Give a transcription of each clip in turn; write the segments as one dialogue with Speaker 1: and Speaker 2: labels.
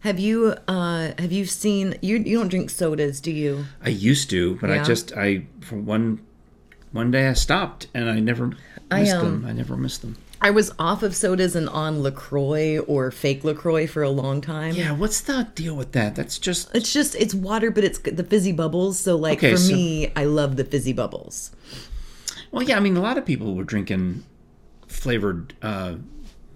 Speaker 1: Have you uh have you seen you you don't drink sodas, do you?
Speaker 2: I used to, but
Speaker 1: Yeah.
Speaker 2: I just I for one one day I stopped and I never missed
Speaker 1: um,
Speaker 2: them. I never missed them.
Speaker 1: I was off of sodas and on LaCroix or fake LaCroix for a long time.
Speaker 2: Yeah, what's the deal with that? That's just
Speaker 1: It's just it's water, but it's the fizzy bubbles. So like
Speaker 2: Okay,
Speaker 1: for
Speaker 2: so-
Speaker 1: me, I love the fizzy bubbles.
Speaker 2: well, yeah. I mean, a lot of people were drinking flavored uh,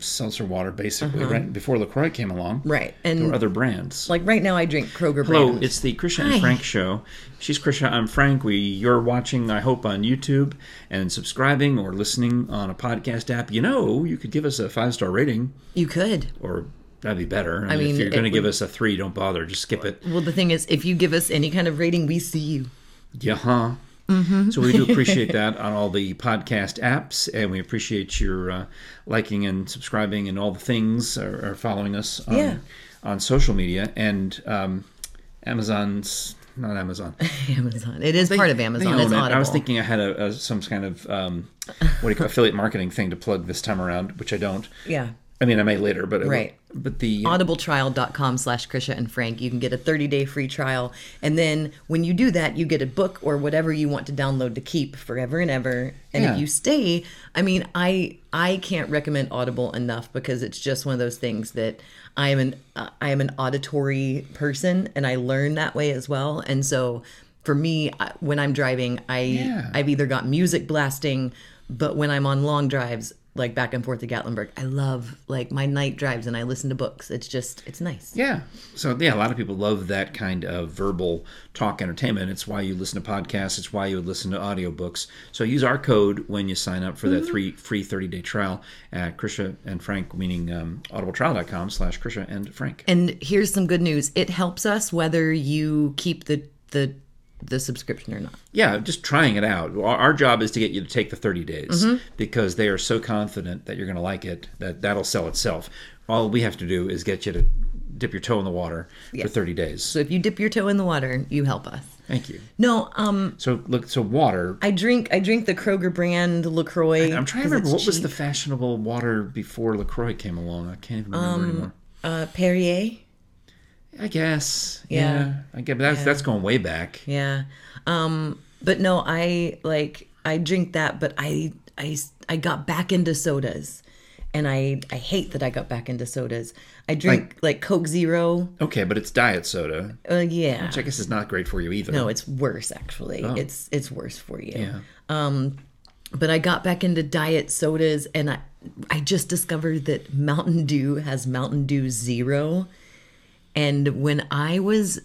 Speaker 2: seltzer water basically right before Lacroix came along.
Speaker 1: Right.
Speaker 2: There
Speaker 1: And
Speaker 2: were other brands.
Speaker 1: like right now, I drink Kroger
Speaker 2: Hello,
Speaker 1: brand.
Speaker 2: it's the Krisha and Frank show. She's Krisha. I'm Frank. We you're watching, I hope, on YouTube and subscribing or listening on a podcast app. You know, you could give us a five star rating,
Speaker 1: you could.
Speaker 2: or that'd be better. I,
Speaker 1: mean,
Speaker 2: if you're
Speaker 1: it
Speaker 2: going to
Speaker 1: would-
Speaker 2: give us a three, don't bother. Just skip it.
Speaker 1: Well, the thing is, if you give us any kind of rating, we see you.
Speaker 2: Yeah, huh.
Speaker 1: Mm-hmm.
Speaker 2: So we do appreciate that on all the podcast apps, and we appreciate your uh, liking and subscribing and all the things, or, or following us on,
Speaker 1: Yeah.
Speaker 2: on social media and um, Amazon's not Amazon.
Speaker 1: Amazon. It is part of
Speaker 2: They
Speaker 1: Amazon.
Speaker 2: own
Speaker 1: It's
Speaker 2: it.
Speaker 1: Audible.
Speaker 2: I was thinking I had a, a some kind of um, what do you call affiliate marketing thing to plug this time around, which I don't.
Speaker 1: Yeah.
Speaker 2: I mean, I may later, but I will-
Speaker 1: Right.
Speaker 2: But the uh,
Speaker 1: audibletrial.com slash krisha and frank you can get a 30-day free trial and then when you do that you get a book or whatever you want to download to keep forever and ever and
Speaker 2: Yeah.
Speaker 1: if you stay i mean i i can't recommend audible enough because it's just one of those things that i am an uh, i am an auditory person and i learn that way as well and so for me I- when i'm driving i
Speaker 2: Yeah.
Speaker 1: i've either got music blasting but when i'm on long drives like back and forth to gatlinburg i love like my night drives and i listen to books it's just it's nice
Speaker 2: Yeah. So yeah, a lot of people love that kind of verbal talk entertainment. It's why you listen to podcasts. It's why you listen to audiobooks. So use our code when you sign up for that three free thirty day trial at Krisha and Frank, meaning um, audibletrial.com slash Krisha and Frank.
Speaker 1: and here's some good news it helps us whether you keep the the the subscription or not
Speaker 2: Yeah, just trying it out. Our, our job is to get you to take the 30 days because they are so confident that you're going to like it that that'll sell itself. All we have to do is get you to dip your toe in the water for 30 days.
Speaker 1: so if you dip your toe in the water you help us
Speaker 2: Thank you.
Speaker 1: no um
Speaker 2: So look, so water.
Speaker 1: i drink i drink the kroger brand lacroix
Speaker 2: I'm trying to
Speaker 1: 'cause
Speaker 2: remember
Speaker 1: it's
Speaker 2: what was
Speaker 1: cheap.
Speaker 2: the fashionable water before Lacroix came along. I can't even remember anymore.
Speaker 1: uh perrier
Speaker 2: I guess. Yeah.
Speaker 1: yeah.
Speaker 2: I guess but that's that's going way back.
Speaker 1: Yeah. Um but no, I like I drink that, but I I I got back into sodas. And I I hate that I got back into sodas. I drink like, Coke Zero.
Speaker 2: Okay, but it's diet soda,
Speaker 1: Uh, yeah.
Speaker 2: which I guess is not great for you either.
Speaker 1: No, it's worse actually. It's it's worse for you.
Speaker 2: Oh.
Speaker 1: Um,
Speaker 2: Yeah.
Speaker 1: But I got back into diet sodas and I I just discovered that Mountain Dew has Mountain Dew Zero. And when I was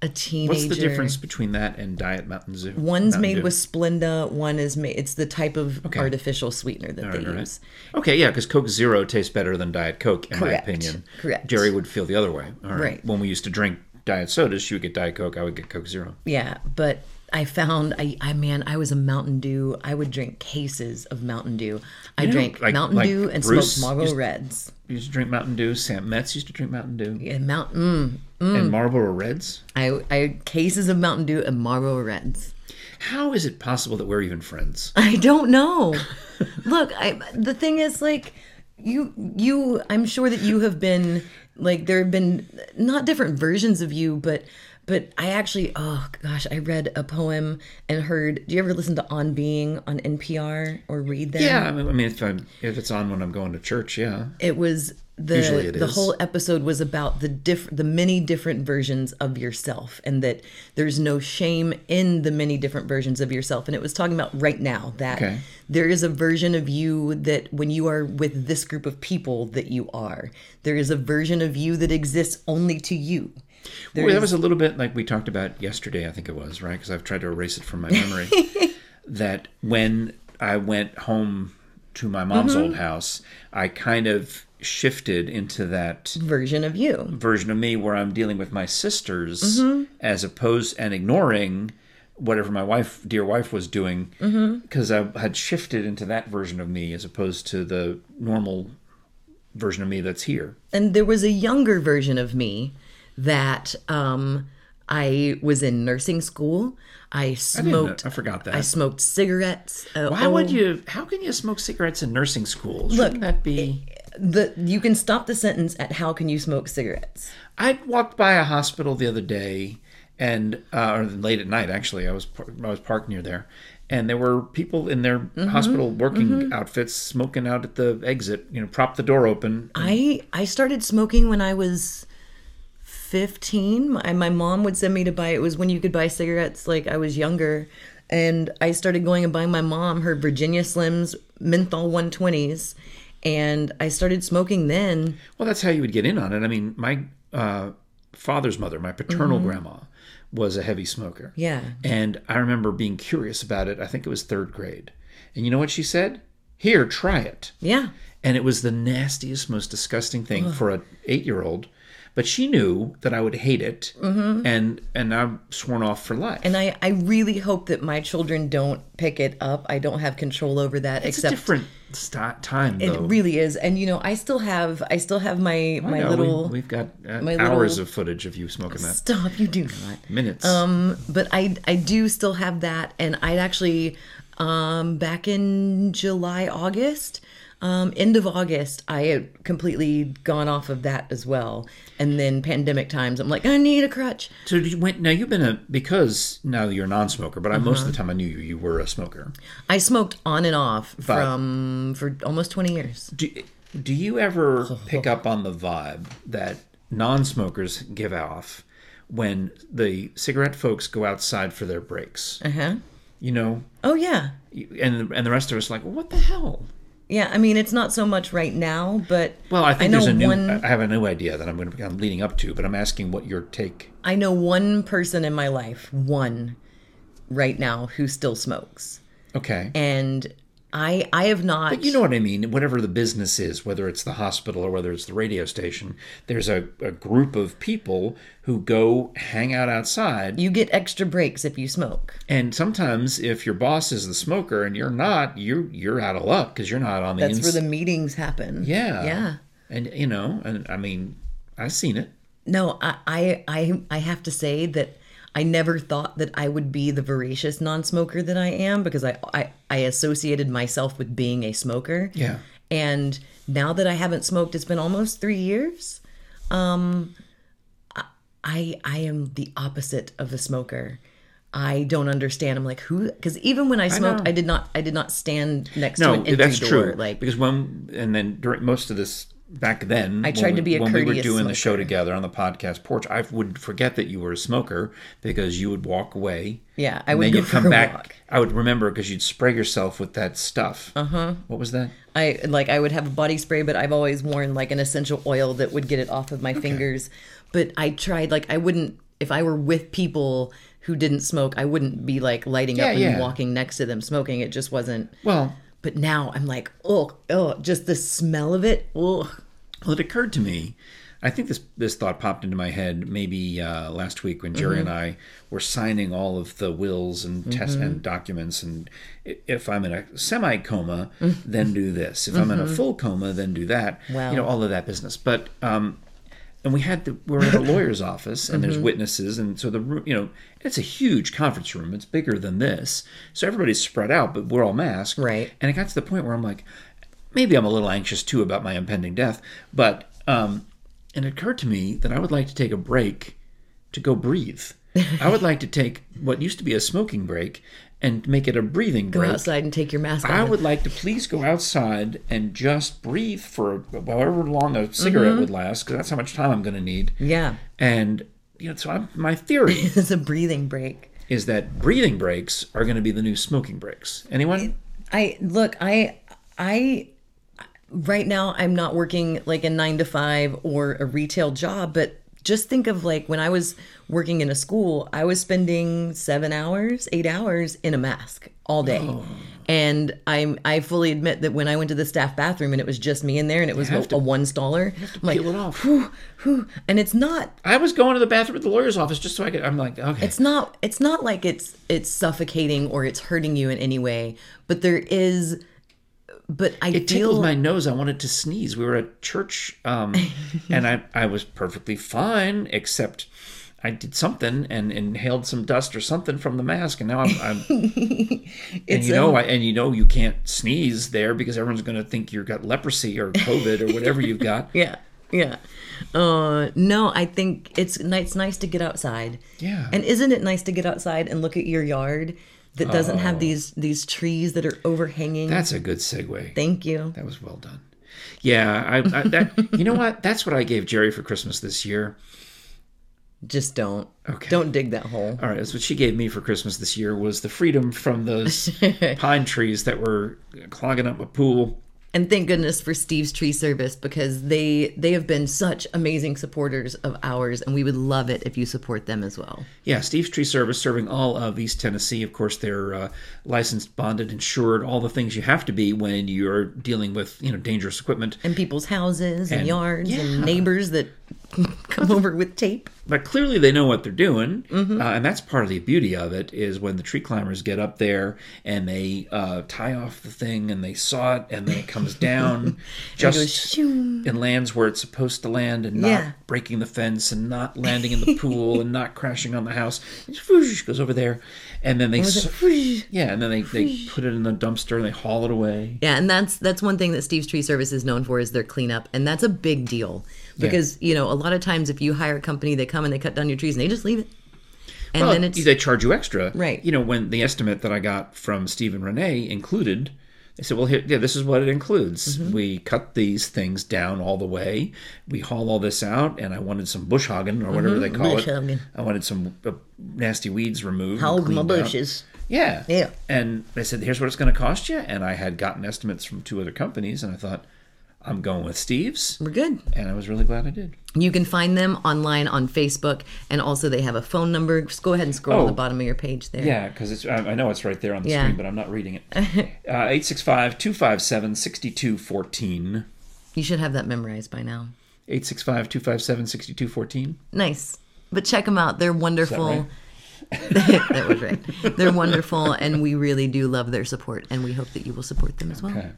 Speaker 1: a teenager
Speaker 2: What's the difference between that and Diet Mountain Zoo?
Speaker 1: One's
Speaker 2: Mountain
Speaker 1: made
Speaker 2: Dew?
Speaker 1: with Splenda. One is made. It's the type of artificial sweetener that they
Speaker 2: All right.
Speaker 1: use.
Speaker 2: Okay, yeah, because Coke Zero tastes better than Diet Coke, in
Speaker 1: Correct.
Speaker 2: my opinion.
Speaker 1: Correct.
Speaker 2: Jerry would feel the other way. All right.
Speaker 1: Right.
Speaker 2: When we used to drink diet sodas, she would get Diet Coke, I would get Coke Zero.
Speaker 1: Yeah, but I found I, I man, I was a Mountain Dew. I would drink cases of Mountain Dew. I
Speaker 2: know,
Speaker 1: drank
Speaker 2: like-
Speaker 1: Mountain
Speaker 2: like
Speaker 1: Dew and
Speaker 2: Bruce
Speaker 1: smoked Marlboro
Speaker 2: used-
Speaker 1: Reds.
Speaker 2: We used to drink Mountain Dew. Sam Metz used to drink Mountain Dew.
Speaker 1: Yeah, Mountain. Mm,
Speaker 2: And Marlboro Reds.
Speaker 1: I I cases of Mountain Dew and Marlboro Reds.
Speaker 2: How is it possible that we're even friends?
Speaker 1: I don't know. Look, I the thing is like you you I'm sure that you have been like there have been not different versions of you but but I actually oh gosh, I read a poem and heard do you ever listen to On Being on NPR or read that?
Speaker 2: Yeah, I mean, I mean, if I'm if it's on when I'm going to church, yeah.
Speaker 1: It was the
Speaker 2: Usually it
Speaker 1: the
Speaker 2: is.
Speaker 1: whole episode was about the diff the many different versions of yourself and that there's no shame in the many different versions of yourself and it was talking about right now that
Speaker 2: Okay.
Speaker 1: there is a version of you that when you are with this group of people that you are there is a version of you that exists only to you. There
Speaker 2: Well, that
Speaker 1: is-
Speaker 2: was a little bit like we talked about yesterday, I think it was, right? Because I've tried to erase it from my memory. that when I went home to my mom's
Speaker 1: Mm-hmm.
Speaker 2: old house, I kind of shifted into that
Speaker 1: version of you.
Speaker 2: version of me where I'm dealing with my sisters
Speaker 1: Mm-hmm.
Speaker 2: as opposed and ignoring whatever my wife, dear wife, was doing
Speaker 1: Mm-hmm.
Speaker 2: because I had shifted into that version of me as opposed to the normal version of me that's here.
Speaker 1: and there was a younger version of me that um I was in nursing school. I smoked.
Speaker 2: I forgot that.
Speaker 1: I smoked cigarettes. Uh,
Speaker 2: Why would
Speaker 1: oh,
Speaker 2: you? How can you smoke cigarettes in nursing school? Shouldn't that be?
Speaker 1: the you can stop the sentence at how can you smoke cigarettes?
Speaker 2: I walked by a hospital the other day, and uh, or late at night actually. I was par- I was parked near there, and there were people in their hospital working outfits smoking out at the exit. You know, prop the door open.
Speaker 1: I I started smoking when I was 15. My, my mom would send me to buy it was when you could buy cigarettes like I was younger and I started going and buying my mom her Virginia Slims menthol 120s and I started smoking then.
Speaker 2: Well, that's how you would get in on it. I mean, my uh, father's mother, my paternal grandma, was a heavy smoker.
Speaker 1: Yeah.
Speaker 2: And I remember being curious about it. I think it was third grade. And you know what she said? Here, try it.
Speaker 1: Yeah.
Speaker 2: And it was the nastiest, most disgusting thing for an eight-year-old. But she knew that I would hate it, and and I'm sworn off for life.
Speaker 1: Mm-hmm. And I, I really hope that my children don't pick it up. I don't have control over that
Speaker 2: it's a
Speaker 1: except
Speaker 2: different st- time,
Speaker 1: it
Speaker 2: though.
Speaker 1: really is. And you know, I still have I still have my my
Speaker 2: No,
Speaker 1: little
Speaker 2: we, have got uh,
Speaker 1: my
Speaker 2: hours
Speaker 1: little-
Speaker 2: of footage of you smoking that.
Speaker 1: Stop, you do not.
Speaker 2: Minutes.
Speaker 1: Um, but I I do still have that, and I actually um back in July August. Um, end of August, I had completely gone off of that as well, and then pandemic times, I'm like, I need a crutch.
Speaker 2: So did you went now you've been a because now you're a non-smoker, but I most
Speaker 1: Uh-huh.
Speaker 2: of the time I knew you you were a smoker.
Speaker 1: I smoked on and off from for almost 20 years.
Speaker 2: Do do you ever pick up on the vibe that non-smokers give off when the cigarette folks go outside for their breaks?
Speaker 1: Uh huh.
Speaker 2: You know,
Speaker 1: Oh yeah,
Speaker 2: you- and and the rest of us like, what the hell?
Speaker 1: yeah. I mean, it's not so much right now, but
Speaker 2: Well, I think there's
Speaker 1: know
Speaker 2: a new.
Speaker 1: one-
Speaker 2: I have a new idea that I'm going to I'm leading up to, but I'm asking what your take.
Speaker 1: I know one person in my life, one right now, who still smokes.
Speaker 2: Okay.
Speaker 1: And I I have not
Speaker 2: You know what I mean? Whatever the business is, whether it's the hospital or whether it's the radio station, there's a, a group of people who go hang out outside.
Speaker 1: you get extra breaks if you smoke.
Speaker 2: And sometimes, if your boss is the smoker and you're not, you're you're out of luck because you're not on the.
Speaker 1: That's
Speaker 2: ins-
Speaker 1: where the meetings happen.
Speaker 2: yeah
Speaker 1: Yeah.
Speaker 2: And you know, and I mean, I've seen it.
Speaker 1: No, I I I, I have to say that I never thought that I would be the voracious non-smoker that I am because I I, I associated myself with being a smoker.
Speaker 2: Yeah.
Speaker 1: And now that I haven't smoked, it's been almost three years. Um, I I am the opposite of a smoker. I don't understand. I'm like who? Because even when I smoked, I,
Speaker 2: know.
Speaker 1: did not I did not stand next to
Speaker 2: No,
Speaker 1: an entry
Speaker 2: that's
Speaker 1: door.
Speaker 2: true.
Speaker 1: Like
Speaker 2: because when and then during most of this back then, I
Speaker 1: tried to be a
Speaker 2: when we were
Speaker 1: courteous
Speaker 2: doing the show
Speaker 1: smoker.
Speaker 2: together on the podcast porch. I would forget that you were a smoker because you would walk away.
Speaker 1: yeah, I
Speaker 2: And
Speaker 1: would
Speaker 2: then
Speaker 1: go
Speaker 2: you'd
Speaker 1: for
Speaker 2: come
Speaker 1: a
Speaker 2: back.
Speaker 1: walk.
Speaker 2: I would remember because you'd spray yourself with that stuff. Uh
Speaker 1: Uh-huh.
Speaker 2: huh. What was that?
Speaker 1: I like I would have a body spray, but I've always worn like an essential oil that would get it off of my fingers. But I tried like I wouldn't if I were with people who didn't smoke, I wouldn't be like lighting
Speaker 2: Yeah,
Speaker 1: up and
Speaker 2: yeah.
Speaker 1: walking next to them smoking. It just wasn't.
Speaker 2: Well,
Speaker 1: But now I'm like, oh, oh, just the smell of it. Oh,
Speaker 2: Well, it occurred to me. I think this this thought popped into my head maybe uh, last week when Jerry and I were signing all of the wills and test and documents. And i- if I'm in a semi coma, then do this. If I'm in a full coma, then do that.
Speaker 1: Wow.
Speaker 2: You know all of that business. But um, and we had the we were at a lawyer's office and
Speaker 1: Mm-hmm.
Speaker 2: there's witnesses and so the room you know it's a huge conference room it's bigger than this so everybody's spread out but we're all masked
Speaker 1: Right.
Speaker 2: and it got to the point where i'm like maybe i'm a little anxious too about my impending death but um and it occurred to me that i would like to take a break to go breathe i would like to take what used to be a smoking break and make it a breathing
Speaker 1: go
Speaker 2: break
Speaker 1: outside and take your mask
Speaker 2: I
Speaker 1: off.
Speaker 2: would like to please go outside and just breathe for however long a cigarette
Speaker 1: Mm-hmm.
Speaker 2: would last, because that's how much time I'm going to need.
Speaker 1: yeah,
Speaker 2: And you know, so I'm, my theory
Speaker 1: it's a breathing break.
Speaker 2: is that breathing breaks are going to be the new smoking breaks. Anyone?
Speaker 1: I look, I I right now I'm not working like a 9 to 5 or a retail job, but just think of like when I was working in a school, I was spending 7 hours, 8 hours in a mask all day.
Speaker 2: Oh.
Speaker 1: And I'm I fully admit that when I went to the staff bathroom and it was just me in there and it was a, a one staller, I'm like,
Speaker 2: Peel it off.
Speaker 1: "Whew, whew." and it's not
Speaker 2: I was going to the bathroom at the lawyer's office just so I could. I'm like, okay,
Speaker 1: it's not it's not like it's it's suffocating or it's hurting you in any way but there is but i
Speaker 2: it
Speaker 1: feel
Speaker 2: tickled my nose. I wanted to sneeze. We were at church, um, and I I was perfectly fine, except I did something and inhaled some dust or something from the mask, and now I'm, I'm and
Speaker 1: It's,
Speaker 2: you know,
Speaker 1: um,
Speaker 2: I, and you know, you can't sneeze there because everyone's going to think you've got leprosy or COVID or whatever you've got.
Speaker 1: yeah, yeah. Uh, no, I think it's ni- it's nice to get outside.
Speaker 2: Yeah.
Speaker 1: And isn't it nice to get outside and look at your yard that doesn't
Speaker 2: Oh.
Speaker 1: have these these trees that are overhanging?
Speaker 2: That's a good segue.
Speaker 1: Thank you.
Speaker 2: That was well done. Yeah, I, I that you know what? That's what I gave Jerry for Christmas this year.
Speaker 1: Just don't.
Speaker 2: Okay.
Speaker 1: Don't dig that hole.
Speaker 2: All right, that's what she gave me for Christmas this year was the freedom from those pine trees that were clogging up a pool.
Speaker 1: And thank goodness for Steve's Tree Service because they they have been such amazing supporters of ours, and we would love it if you support them as well.
Speaker 2: Yeah, Steve's Tree Service serving all of East Tennessee. Of course, they're uh, licensed, bonded, insured, all the things you have to be when you're dealing with you know dangerous equipment.
Speaker 1: And people's houses and,
Speaker 2: And-
Speaker 1: yards and
Speaker 2: yeah.
Speaker 1: neighbors that come over with tape.
Speaker 2: but clearly they know what they're doing
Speaker 1: Mm-hmm.
Speaker 2: uh, and that's part of the beauty of it is when the tree climbers get up there and they uh, tie off the thing and they saw it and then it comes down
Speaker 1: It goes
Speaker 2: just
Speaker 1: shoo.
Speaker 2: and lands where it's supposed to land and not
Speaker 1: Yeah.
Speaker 2: breaking the fence and not landing in the pool and not crashing on the house it just whoosh, goes over there and then they s- yeah and then they, they put it in the dumpster and they haul it away
Speaker 1: Yeah, and that's that's one thing that Steve's Tree Service is known for is their cleanup, and that's a big deal because you know a lot of times if you hire a company, they come and they cut down your trees and they just leave it, and
Speaker 2: Well,
Speaker 1: then it's
Speaker 2: they charge you extra,
Speaker 1: Right.
Speaker 2: You know, when the estimate that I got from Steve and Renee included, they said, "Well, here, yeah, this is what it includes.
Speaker 1: Mm-hmm.
Speaker 2: We cut these things down all the way. We haul all this out, and I wanted some bush hogging or whatever they call
Speaker 1: Mm-hmm. bush
Speaker 2: it.
Speaker 1: hogging.
Speaker 2: I wanted some uh, nasty weeds removed. and
Speaker 1: hog my
Speaker 2: cleaned out.
Speaker 1: bushes.
Speaker 2: Yeah,
Speaker 1: Yeah.
Speaker 2: And they said, "Here's what it's going to cost you." And I had gotten estimates from two other companies, and I thought, "I'm going with Steve's,"
Speaker 1: We're good.
Speaker 2: and I was really glad I did.
Speaker 1: You can find them online on Facebook, and also they have a phone number. Just go ahead and scroll on
Speaker 2: Oh.
Speaker 1: the bottom of your page there.
Speaker 2: Yeah, because it's I I know it's right there on the
Speaker 1: Yeah.
Speaker 2: screen, but I'm not reading it. Uh, 865 257 6214.
Speaker 1: You should have that memorized by now.
Speaker 2: 865 257 6214.
Speaker 1: Nice. But check them out. They're wonderful.
Speaker 2: right?
Speaker 1: That, was right. They're wonderful, and we really do love their support, and we hope that you will support them as well.
Speaker 2: Okay.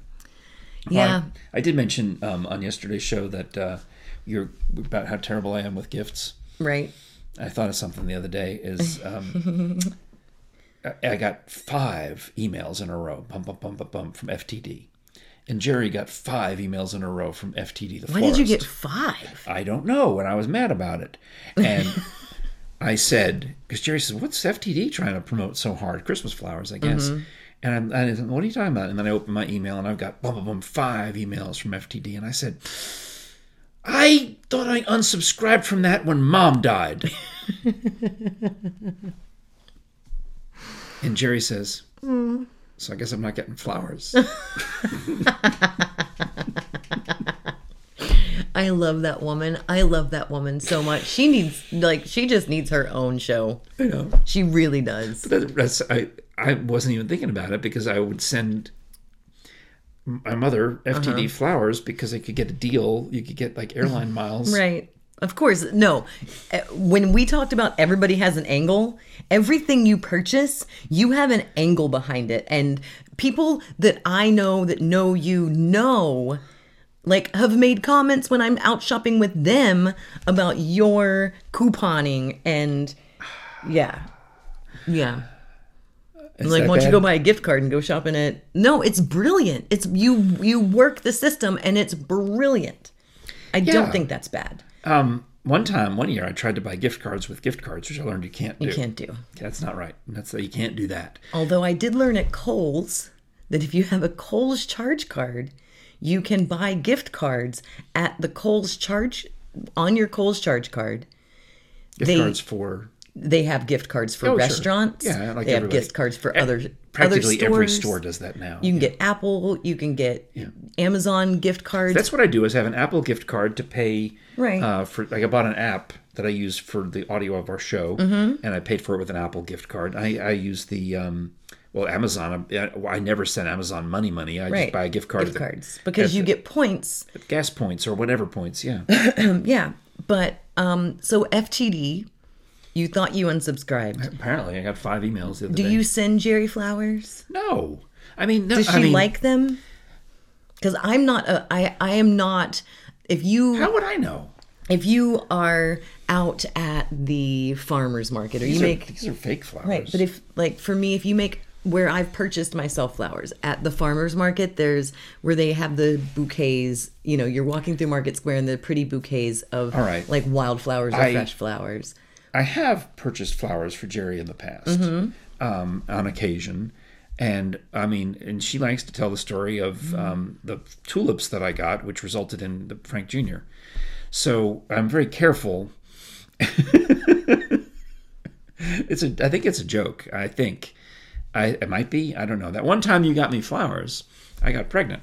Speaker 1: Yeah.
Speaker 2: Um, I did mention um, on yesterday's show that uh, you're about how terrible I am with gifts.
Speaker 1: Right.
Speaker 2: I thought of something the other day is um, I, I got five emails in a row, bump, bump, bump, bump, bump, from FTD. And Jerry got five emails in a row from FTD. The
Speaker 1: Why did you get five?
Speaker 2: I don't know, and I was mad about it. And I said, because Jerry says, "What's FTD trying to promote so hard? Christmas flowers, I guess." And I'm, I said, "What are you talking about?" And then I opened my email, and I've got bum bum bum five emails from FTD, and I said, "I thought I unsubscribed from that when Mom died." and Jerry says, "So I guess I'm not getting flowers."
Speaker 1: I love that woman. I love that woman so much. She needs like she just needs her own show.
Speaker 2: I know.
Speaker 1: She really does.
Speaker 2: That- That's, I, I wasn't even thinking about it because I would send my mother
Speaker 1: Uh-huh.
Speaker 2: FTD flowers because I could get a deal. You could get like airline miles.
Speaker 1: Right. Of course. No. Uh, When we talked about everybody has an angle, everything you purchase, you have an angle behind it. And people that I know that know you know like have made comments when I'm out shopping with them about your couponing and yeah. Yeah.
Speaker 2: Is
Speaker 1: like
Speaker 2: that
Speaker 1: why don't you
Speaker 2: bad?
Speaker 1: go buy a gift card and go shopping at no it's brilliant it's you you work the system and it's brilliant i don't
Speaker 2: Yeah.
Speaker 1: think that's bad
Speaker 2: Um, one time, one year, I tried to buy gift cards with gift cards, which I learned you can't do.
Speaker 1: you can't do
Speaker 2: That's not right. That's you can't do that.
Speaker 1: although i did learn at kohl's that if you have a kohl's charge card you can buy gift cards at the kohl's charge on your kohl's charge card
Speaker 2: Gift
Speaker 1: They-
Speaker 2: cards for
Speaker 1: they have gift cards for
Speaker 2: Oh, sure.
Speaker 1: restaurants
Speaker 2: Yeah, like
Speaker 1: they have
Speaker 2: everybody-
Speaker 1: gift cards for
Speaker 2: e-
Speaker 1: other
Speaker 2: practically
Speaker 1: other
Speaker 2: every
Speaker 1: stores.
Speaker 2: store does that now.
Speaker 1: you can get apple you can get amazon gift cards
Speaker 2: That's what I do is have an Apple gift card to pay
Speaker 1: Right.
Speaker 2: uh, for like I bought an app that I use for the audio of our show
Speaker 1: Mm-hmm.
Speaker 2: and I paid for it with an Apple gift card. I, I use the um, well Amazon I, I never send Amazon money money. I just buy a gift card
Speaker 1: gift
Speaker 2: at the-
Speaker 1: cards because
Speaker 2: at
Speaker 1: you get points
Speaker 2: the gas points or whatever points, yeah.
Speaker 1: yeah but um so ftd you thought you unsubscribed
Speaker 2: Apparently I got five emails the other
Speaker 1: do
Speaker 2: day.
Speaker 1: you send jerry flowers
Speaker 2: No. I mean no
Speaker 1: does she
Speaker 2: I mean,
Speaker 1: like them because i'm not a, i i am not if you
Speaker 2: how would I know?
Speaker 1: if you are out at the farmers market or you
Speaker 2: These,
Speaker 1: make
Speaker 2: are, these are fake flowers.
Speaker 1: Right, but if like for me, if you make where I've purchased myself flowers at the farmers market, there's where they have the bouquets. You know, you're walking through Market Square and the pretty bouquets of
Speaker 2: All right.
Speaker 1: like wildflowers or
Speaker 2: I-
Speaker 1: fresh flowers.
Speaker 2: I have purchased flowers for Jerry in the past
Speaker 1: Mm-hmm.
Speaker 2: um, on occasion. And I mean, and she likes to tell the story of
Speaker 1: Mm-hmm.
Speaker 2: um, the tulips that I got, which resulted in the Frank Jr. So I'm very careful. it's a, I think it's a joke. I think I, it might be. I don't know. That one time you got me flowers, I got pregnant.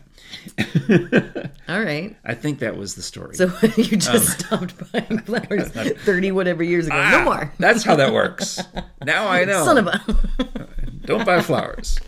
Speaker 1: All right,
Speaker 2: I think that was the story.
Speaker 1: so you
Speaker 2: Oh.
Speaker 1: just stopped buying flowers thirty whatever years ago.
Speaker 2: Ah.
Speaker 1: no more,
Speaker 2: That's how that works. Now I know.
Speaker 1: son of a.
Speaker 2: don't buy flowers.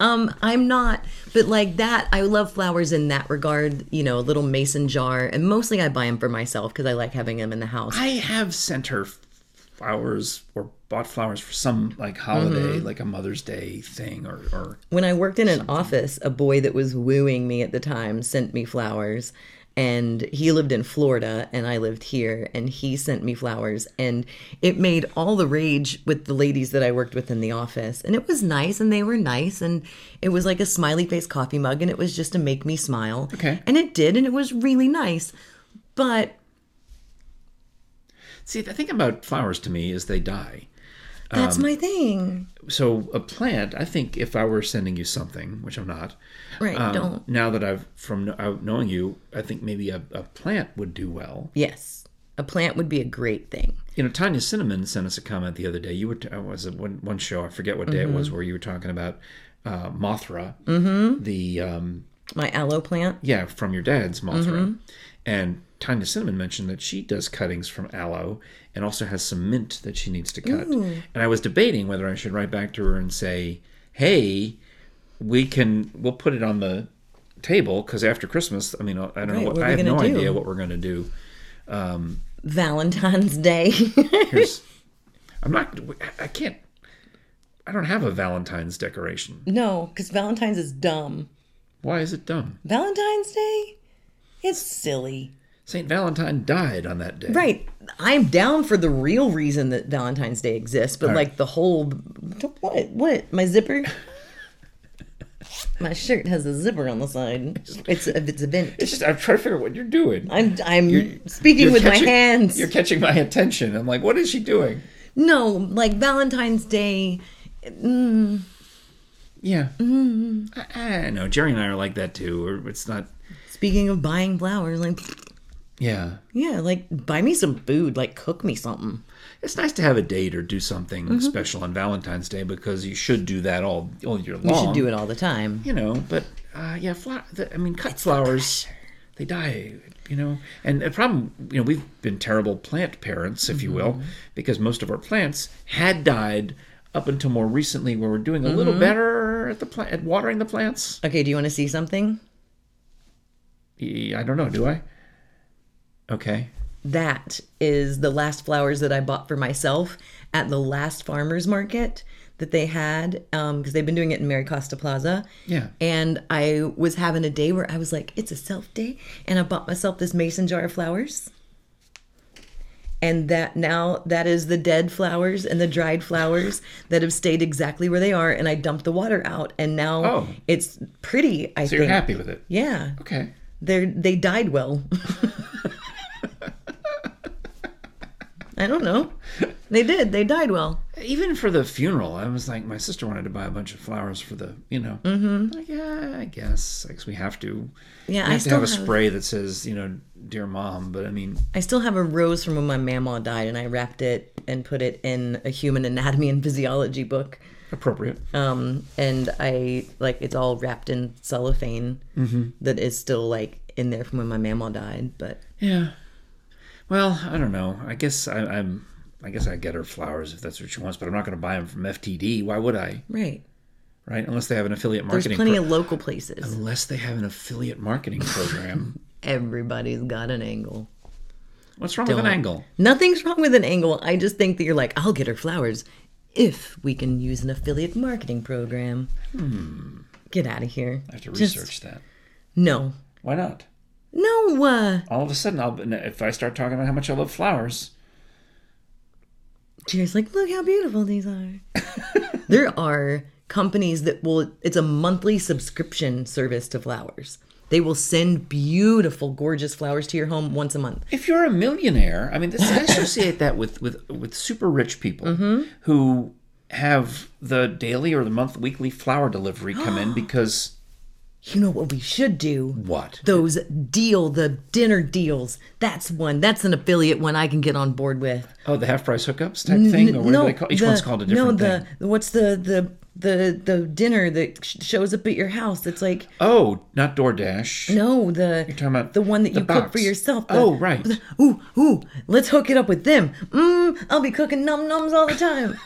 Speaker 1: Um, I'm not, but like that, I love flowers in that regard. You know, a little mason jar, and mostly I buy them for myself because I like having them in the house.
Speaker 2: I have sent her flowers or bought flowers for some like holiday, like a Mother's Day thing, or, or
Speaker 1: when I worked in an office, a boy that was wooing me at the time sent me flowers. And he lived in Florida and I lived here, and he sent me flowers. And it made all the rage with the ladies that I worked with in the office. And it was nice, and they were nice. And it was like a smiley face coffee mug, and it was just to make me smile.
Speaker 2: Okay.
Speaker 1: And it did, and it was really nice. But
Speaker 2: see. The thing about flowers to me is they die. Um,
Speaker 1: that's my thing.
Speaker 2: So a plant, I think, if I were sending you something, which I'm not,
Speaker 1: Right.
Speaker 2: um,
Speaker 1: don't.
Speaker 2: now that I've from kn- out knowing you, I think maybe a, a plant would do well.
Speaker 1: Yes. A plant would be a great thing.
Speaker 2: You know, Tanya Cinnamon sent us a comment the other day. You were t- I was at one, one show. I forget what day it was where you were talking about uh, Mothra, the um,
Speaker 1: My aloe plant.
Speaker 2: Yeah, from your dad's
Speaker 1: Mm-hmm.
Speaker 2: Mothra. And Tanya Cinnamon mentioned that she does cuttings from aloe and also has some mint that she needs to cut. And I was debating whether I should write back to her and say, "Hey, we can we'll put it on the table because after Christmas, I mean, I don't know.
Speaker 1: Right,
Speaker 2: What,
Speaker 1: what are
Speaker 2: I
Speaker 1: we
Speaker 2: have no
Speaker 1: gonna do?
Speaker 2: idea what we're going to do.
Speaker 1: Valentine's Day.
Speaker 2: Here's, I'm not. I can't. I don't have a Valentine's decoration.
Speaker 1: No, because Valentine's is dumb.
Speaker 2: Why is it dumb?
Speaker 1: Valentine's Day? It's silly.
Speaker 2: Saint Valentine died on that day.
Speaker 1: Right. I'm down for the real reason that Valentine's Day exists, but like the whole what what my zipper. my shirt has a zipper on the side. It's a, it's a vent.
Speaker 2: It's just I'm trying to figure out what you're doing.
Speaker 1: I'm I'm speaking
Speaker 2: You're
Speaker 1: with
Speaker 2: catching-
Speaker 1: my hands.
Speaker 2: You're catching my attention. I'm like, what is she doing?
Speaker 1: No, like Valentine's Day.
Speaker 2: Yeah. mm
Speaker 1: Mm-hmm.
Speaker 2: I, I know. Jerry and I are like that too. Or it's not.
Speaker 1: Speaking of buying flowers, like
Speaker 2: Yeah.
Speaker 1: yeah, like buy me some food, like cook me something.
Speaker 2: It's nice to have a date or do something
Speaker 1: Mm-hmm.
Speaker 2: special on Valentine's Day because you should do that all all year long.
Speaker 1: You should do it all the time.
Speaker 2: You know, but uh, yeah, flower. The, I mean, cut flowers. They die. You know, and the problem, you know, we've been terrible plant parents, if you will,
Speaker 1: Mm-hmm.
Speaker 2: because most of our plants had died up until more recently, where we're doing a
Speaker 1: Mm-hmm.
Speaker 2: little better at the plant at watering the plants.
Speaker 1: Okay, do you want to see something?
Speaker 2: E, I don't know. Do I? Okay.
Speaker 1: that is the last flowers that I bought for myself at the last farmers market that they had because they've been doing it in Mary Costa Plaza.
Speaker 2: Yeah.
Speaker 1: And I was having a day where I was like, it's a self day. And I bought myself this mason jar of flowers. And that now that is the dead flowers and the dried flowers that have stayed exactly where they are. And I dumped the water out and now
Speaker 2: Oh.
Speaker 1: it's pretty, I
Speaker 2: So
Speaker 1: think.
Speaker 2: you're happy with it?
Speaker 1: Yeah.
Speaker 2: Okay.
Speaker 1: They they died well. I don't know. They did. They died well.
Speaker 2: Even for the funeral, I was like, my sister wanted to buy a bunch of flowers for the, you know. Mm-hmm. Like, yeah, I guess. I guess we have to.
Speaker 1: Yeah,
Speaker 2: We
Speaker 1: I
Speaker 2: have to have
Speaker 1: still
Speaker 2: a
Speaker 1: have,
Speaker 2: spray that says, you know, dear mom. But I mean,
Speaker 1: I still have a rose from when my mamaw died, and I wrapped it and put it in a human anatomy and physiology book.
Speaker 2: appropriate.
Speaker 1: Um, and I like it's all wrapped in cellophane
Speaker 2: Mm-hmm.
Speaker 1: that is still like in there from when my mamaw died. But
Speaker 2: yeah. Well, I don't know. I guess I, I'm. I guess I get her flowers if that's what she wants, but I'm not going to buy them from FTD. Why would I?
Speaker 1: right,
Speaker 2: Right? Unless they have an affiliate
Speaker 1: there's
Speaker 2: marketing.
Speaker 1: plenty
Speaker 2: pro-
Speaker 1: of local places.
Speaker 2: Unless they have an affiliate marketing program.
Speaker 1: Everybody's got an angle.
Speaker 2: What's wrong with an angle?
Speaker 1: Nothing's wrong with an angle. I just think that you're like, I'll get her flowers if we can use an affiliate marketing program. Get out of here.
Speaker 2: Hmm. I have to
Speaker 1: Just-
Speaker 2: research that.
Speaker 1: No.
Speaker 2: Why not?
Speaker 1: No, uh,
Speaker 2: All of a sudden, I'll if I start talking about how much I love flowers,
Speaker 1: Jerry's like, look how beautiful these are. there are companies that will, it's a monthly subscription service to flowers. They will send beautiful, gorgeous flowers to your home once a month.
Speaker 2: if you're a millionaire, I mean, this, I associate that with with with super rich people
Speaker 1: Mm-hmm.
Speaker 2: who have the daily or the month weekly flower delivery come in because
Speaker 1: You know what we should do?
Speaker 2: what?
Speaker 1: Those deal, the dinner deals. That's one. That's an affiliate one I can get on board with.
Speaker 2: Oh, the half price hookups type thing, or what do they call? Each
Speaker 1: the-
Speaker 2: one's called a different
Speaker 1: no,
Speaker 2: thing.
Speaker 1: the, What's the the the the dinner that sh- shows up at your house? It's like
Speaker 2: Oh, not DoorDash.
Speaker 1: no, the
Speaker 2: You're talking about
Speaker 1: the one that
Speaker 2: the
Speaker 1: you cook for
Speaker 2: box.
Speaker 1: yourself. the-
Speaker 2: Oh, right.
Speaker 1: Ooh, ooh, let's hook it up with them. Mmm, I'll be cooking num nums all the time.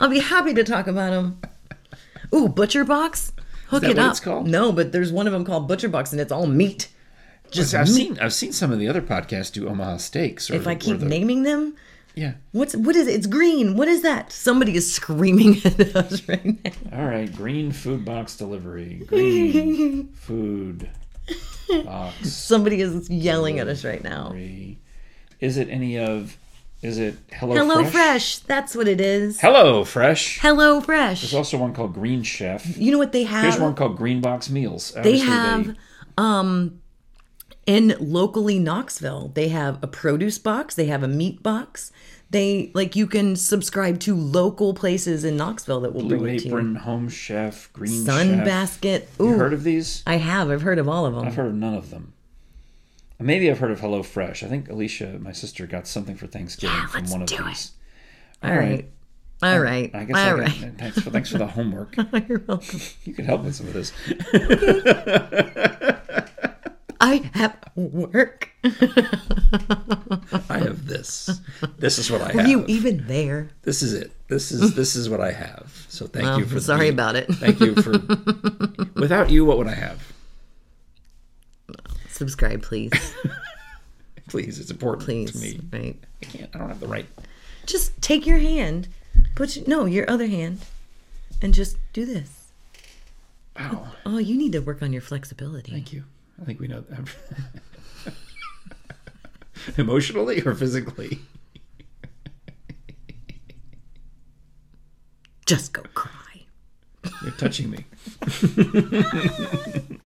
Speaker 1: I'll be happy to talk about them. Ooh, Butcher Box, hook
Speaker 2: that
Speaker 1: it
Speaker 2: what
Speaker 1: up.
Speaker 2: it's called?
Speaker 1: No, but there's one of them called Butcher Box, and it's all meat.
Speaker 2: Just I've seen I've seen some of the other podcasts do Omaha Steaks. Or
Speaker 1: If I
Speaker 2: the- or
Speaker 1: keep
Speaker 2: the-
Speaker 1: naming them,
Speaker 2: yeah.
Speaker 1: what's what is it? It's green. What is that? Somebody is screaming at us right now.
Speaker 2: All right, green food box delivery. Green food box.
Speaker 1: Somebody is yelling at us right now.
Speaker 2: delivery. Is it any of? Is it Hello,
Speaker 1: Hello Fresh.
Speaker 2: Fresh?
Speaker 1: that's what it is.
Speaker 2: Hello Fresh.
Speaker 1: Hello Fresh.
Speaker 2: There's also one called Green Chef.
Speaker 1: You know what they have?
Speaker 2: There's one called Green Box Meals.
Speaker 1: they
Speaker 2: Obviously,
Speaker 1: have um in locally Knoxville, they have a produce box, they have a meat box. They like you can subscribe to local places in Knoxville that will
Speaker 2: Blue
Speaker 1: bring it to you.
Speaker 2: Apron, Home Chef, Green
Speaker 1: Sun
Speaker 2: Chef.
Speaker 1: basket.
Speaker 2: You
Speaker 1: Ooh,
Speaker 2: heard of these?
Speaker 1: I have. I've heard of all of them.
Speaker 2: I've heard of none of them. Maybe I've heard of Hello Fresh. I think Alicia, my sister, got something for Thanksgiving
Speaker 1: Yeah,
Speaker 2: from
Speaker 1: let's
Speaker 2: one of
Speaker 1: do it.
Speaker 2: these.
Speaker 1: all right. All right.
Speaker 2: I guess I
Speaker 1: all
Speaker 2: got-
Speaker 1: right.
Speaker 2: thanks for thanks for the homework.
Speaker 1: You're welcome.
Speaker 2: You could help with some of this.
Speaker 1: I have work.
Speaker 2: I have this. This is what I
Speaker 1: Are
Speaker 2: have.
Speaker 1: you even there?
Speaker 2: This is it. This is this is what I have. So thank you for
Speaker 1: I'm sorry
Speaker 2: the-
Speaker 1: about it.
Speaker 2: Thank you for Without you, what would I have?
Speaker 1: Subscribe, please.
Speaker 2: Please, it's important
Speaker 1: Please.
Speaker 2: to me.
Speaker 1: Right.
Speaker 2: I can't I don't have the right
Speaker 1: Just take your hand, put your, no, your other hand, and just do this.
Speaker 2: Wow.
Speaker 1: Oh, you need to work on your flexibility.
Speaker 2: Thank you. I think we know that. Emotionally or physically?
Speaker 1: Just go cry.
Speaker 2: You're touching me.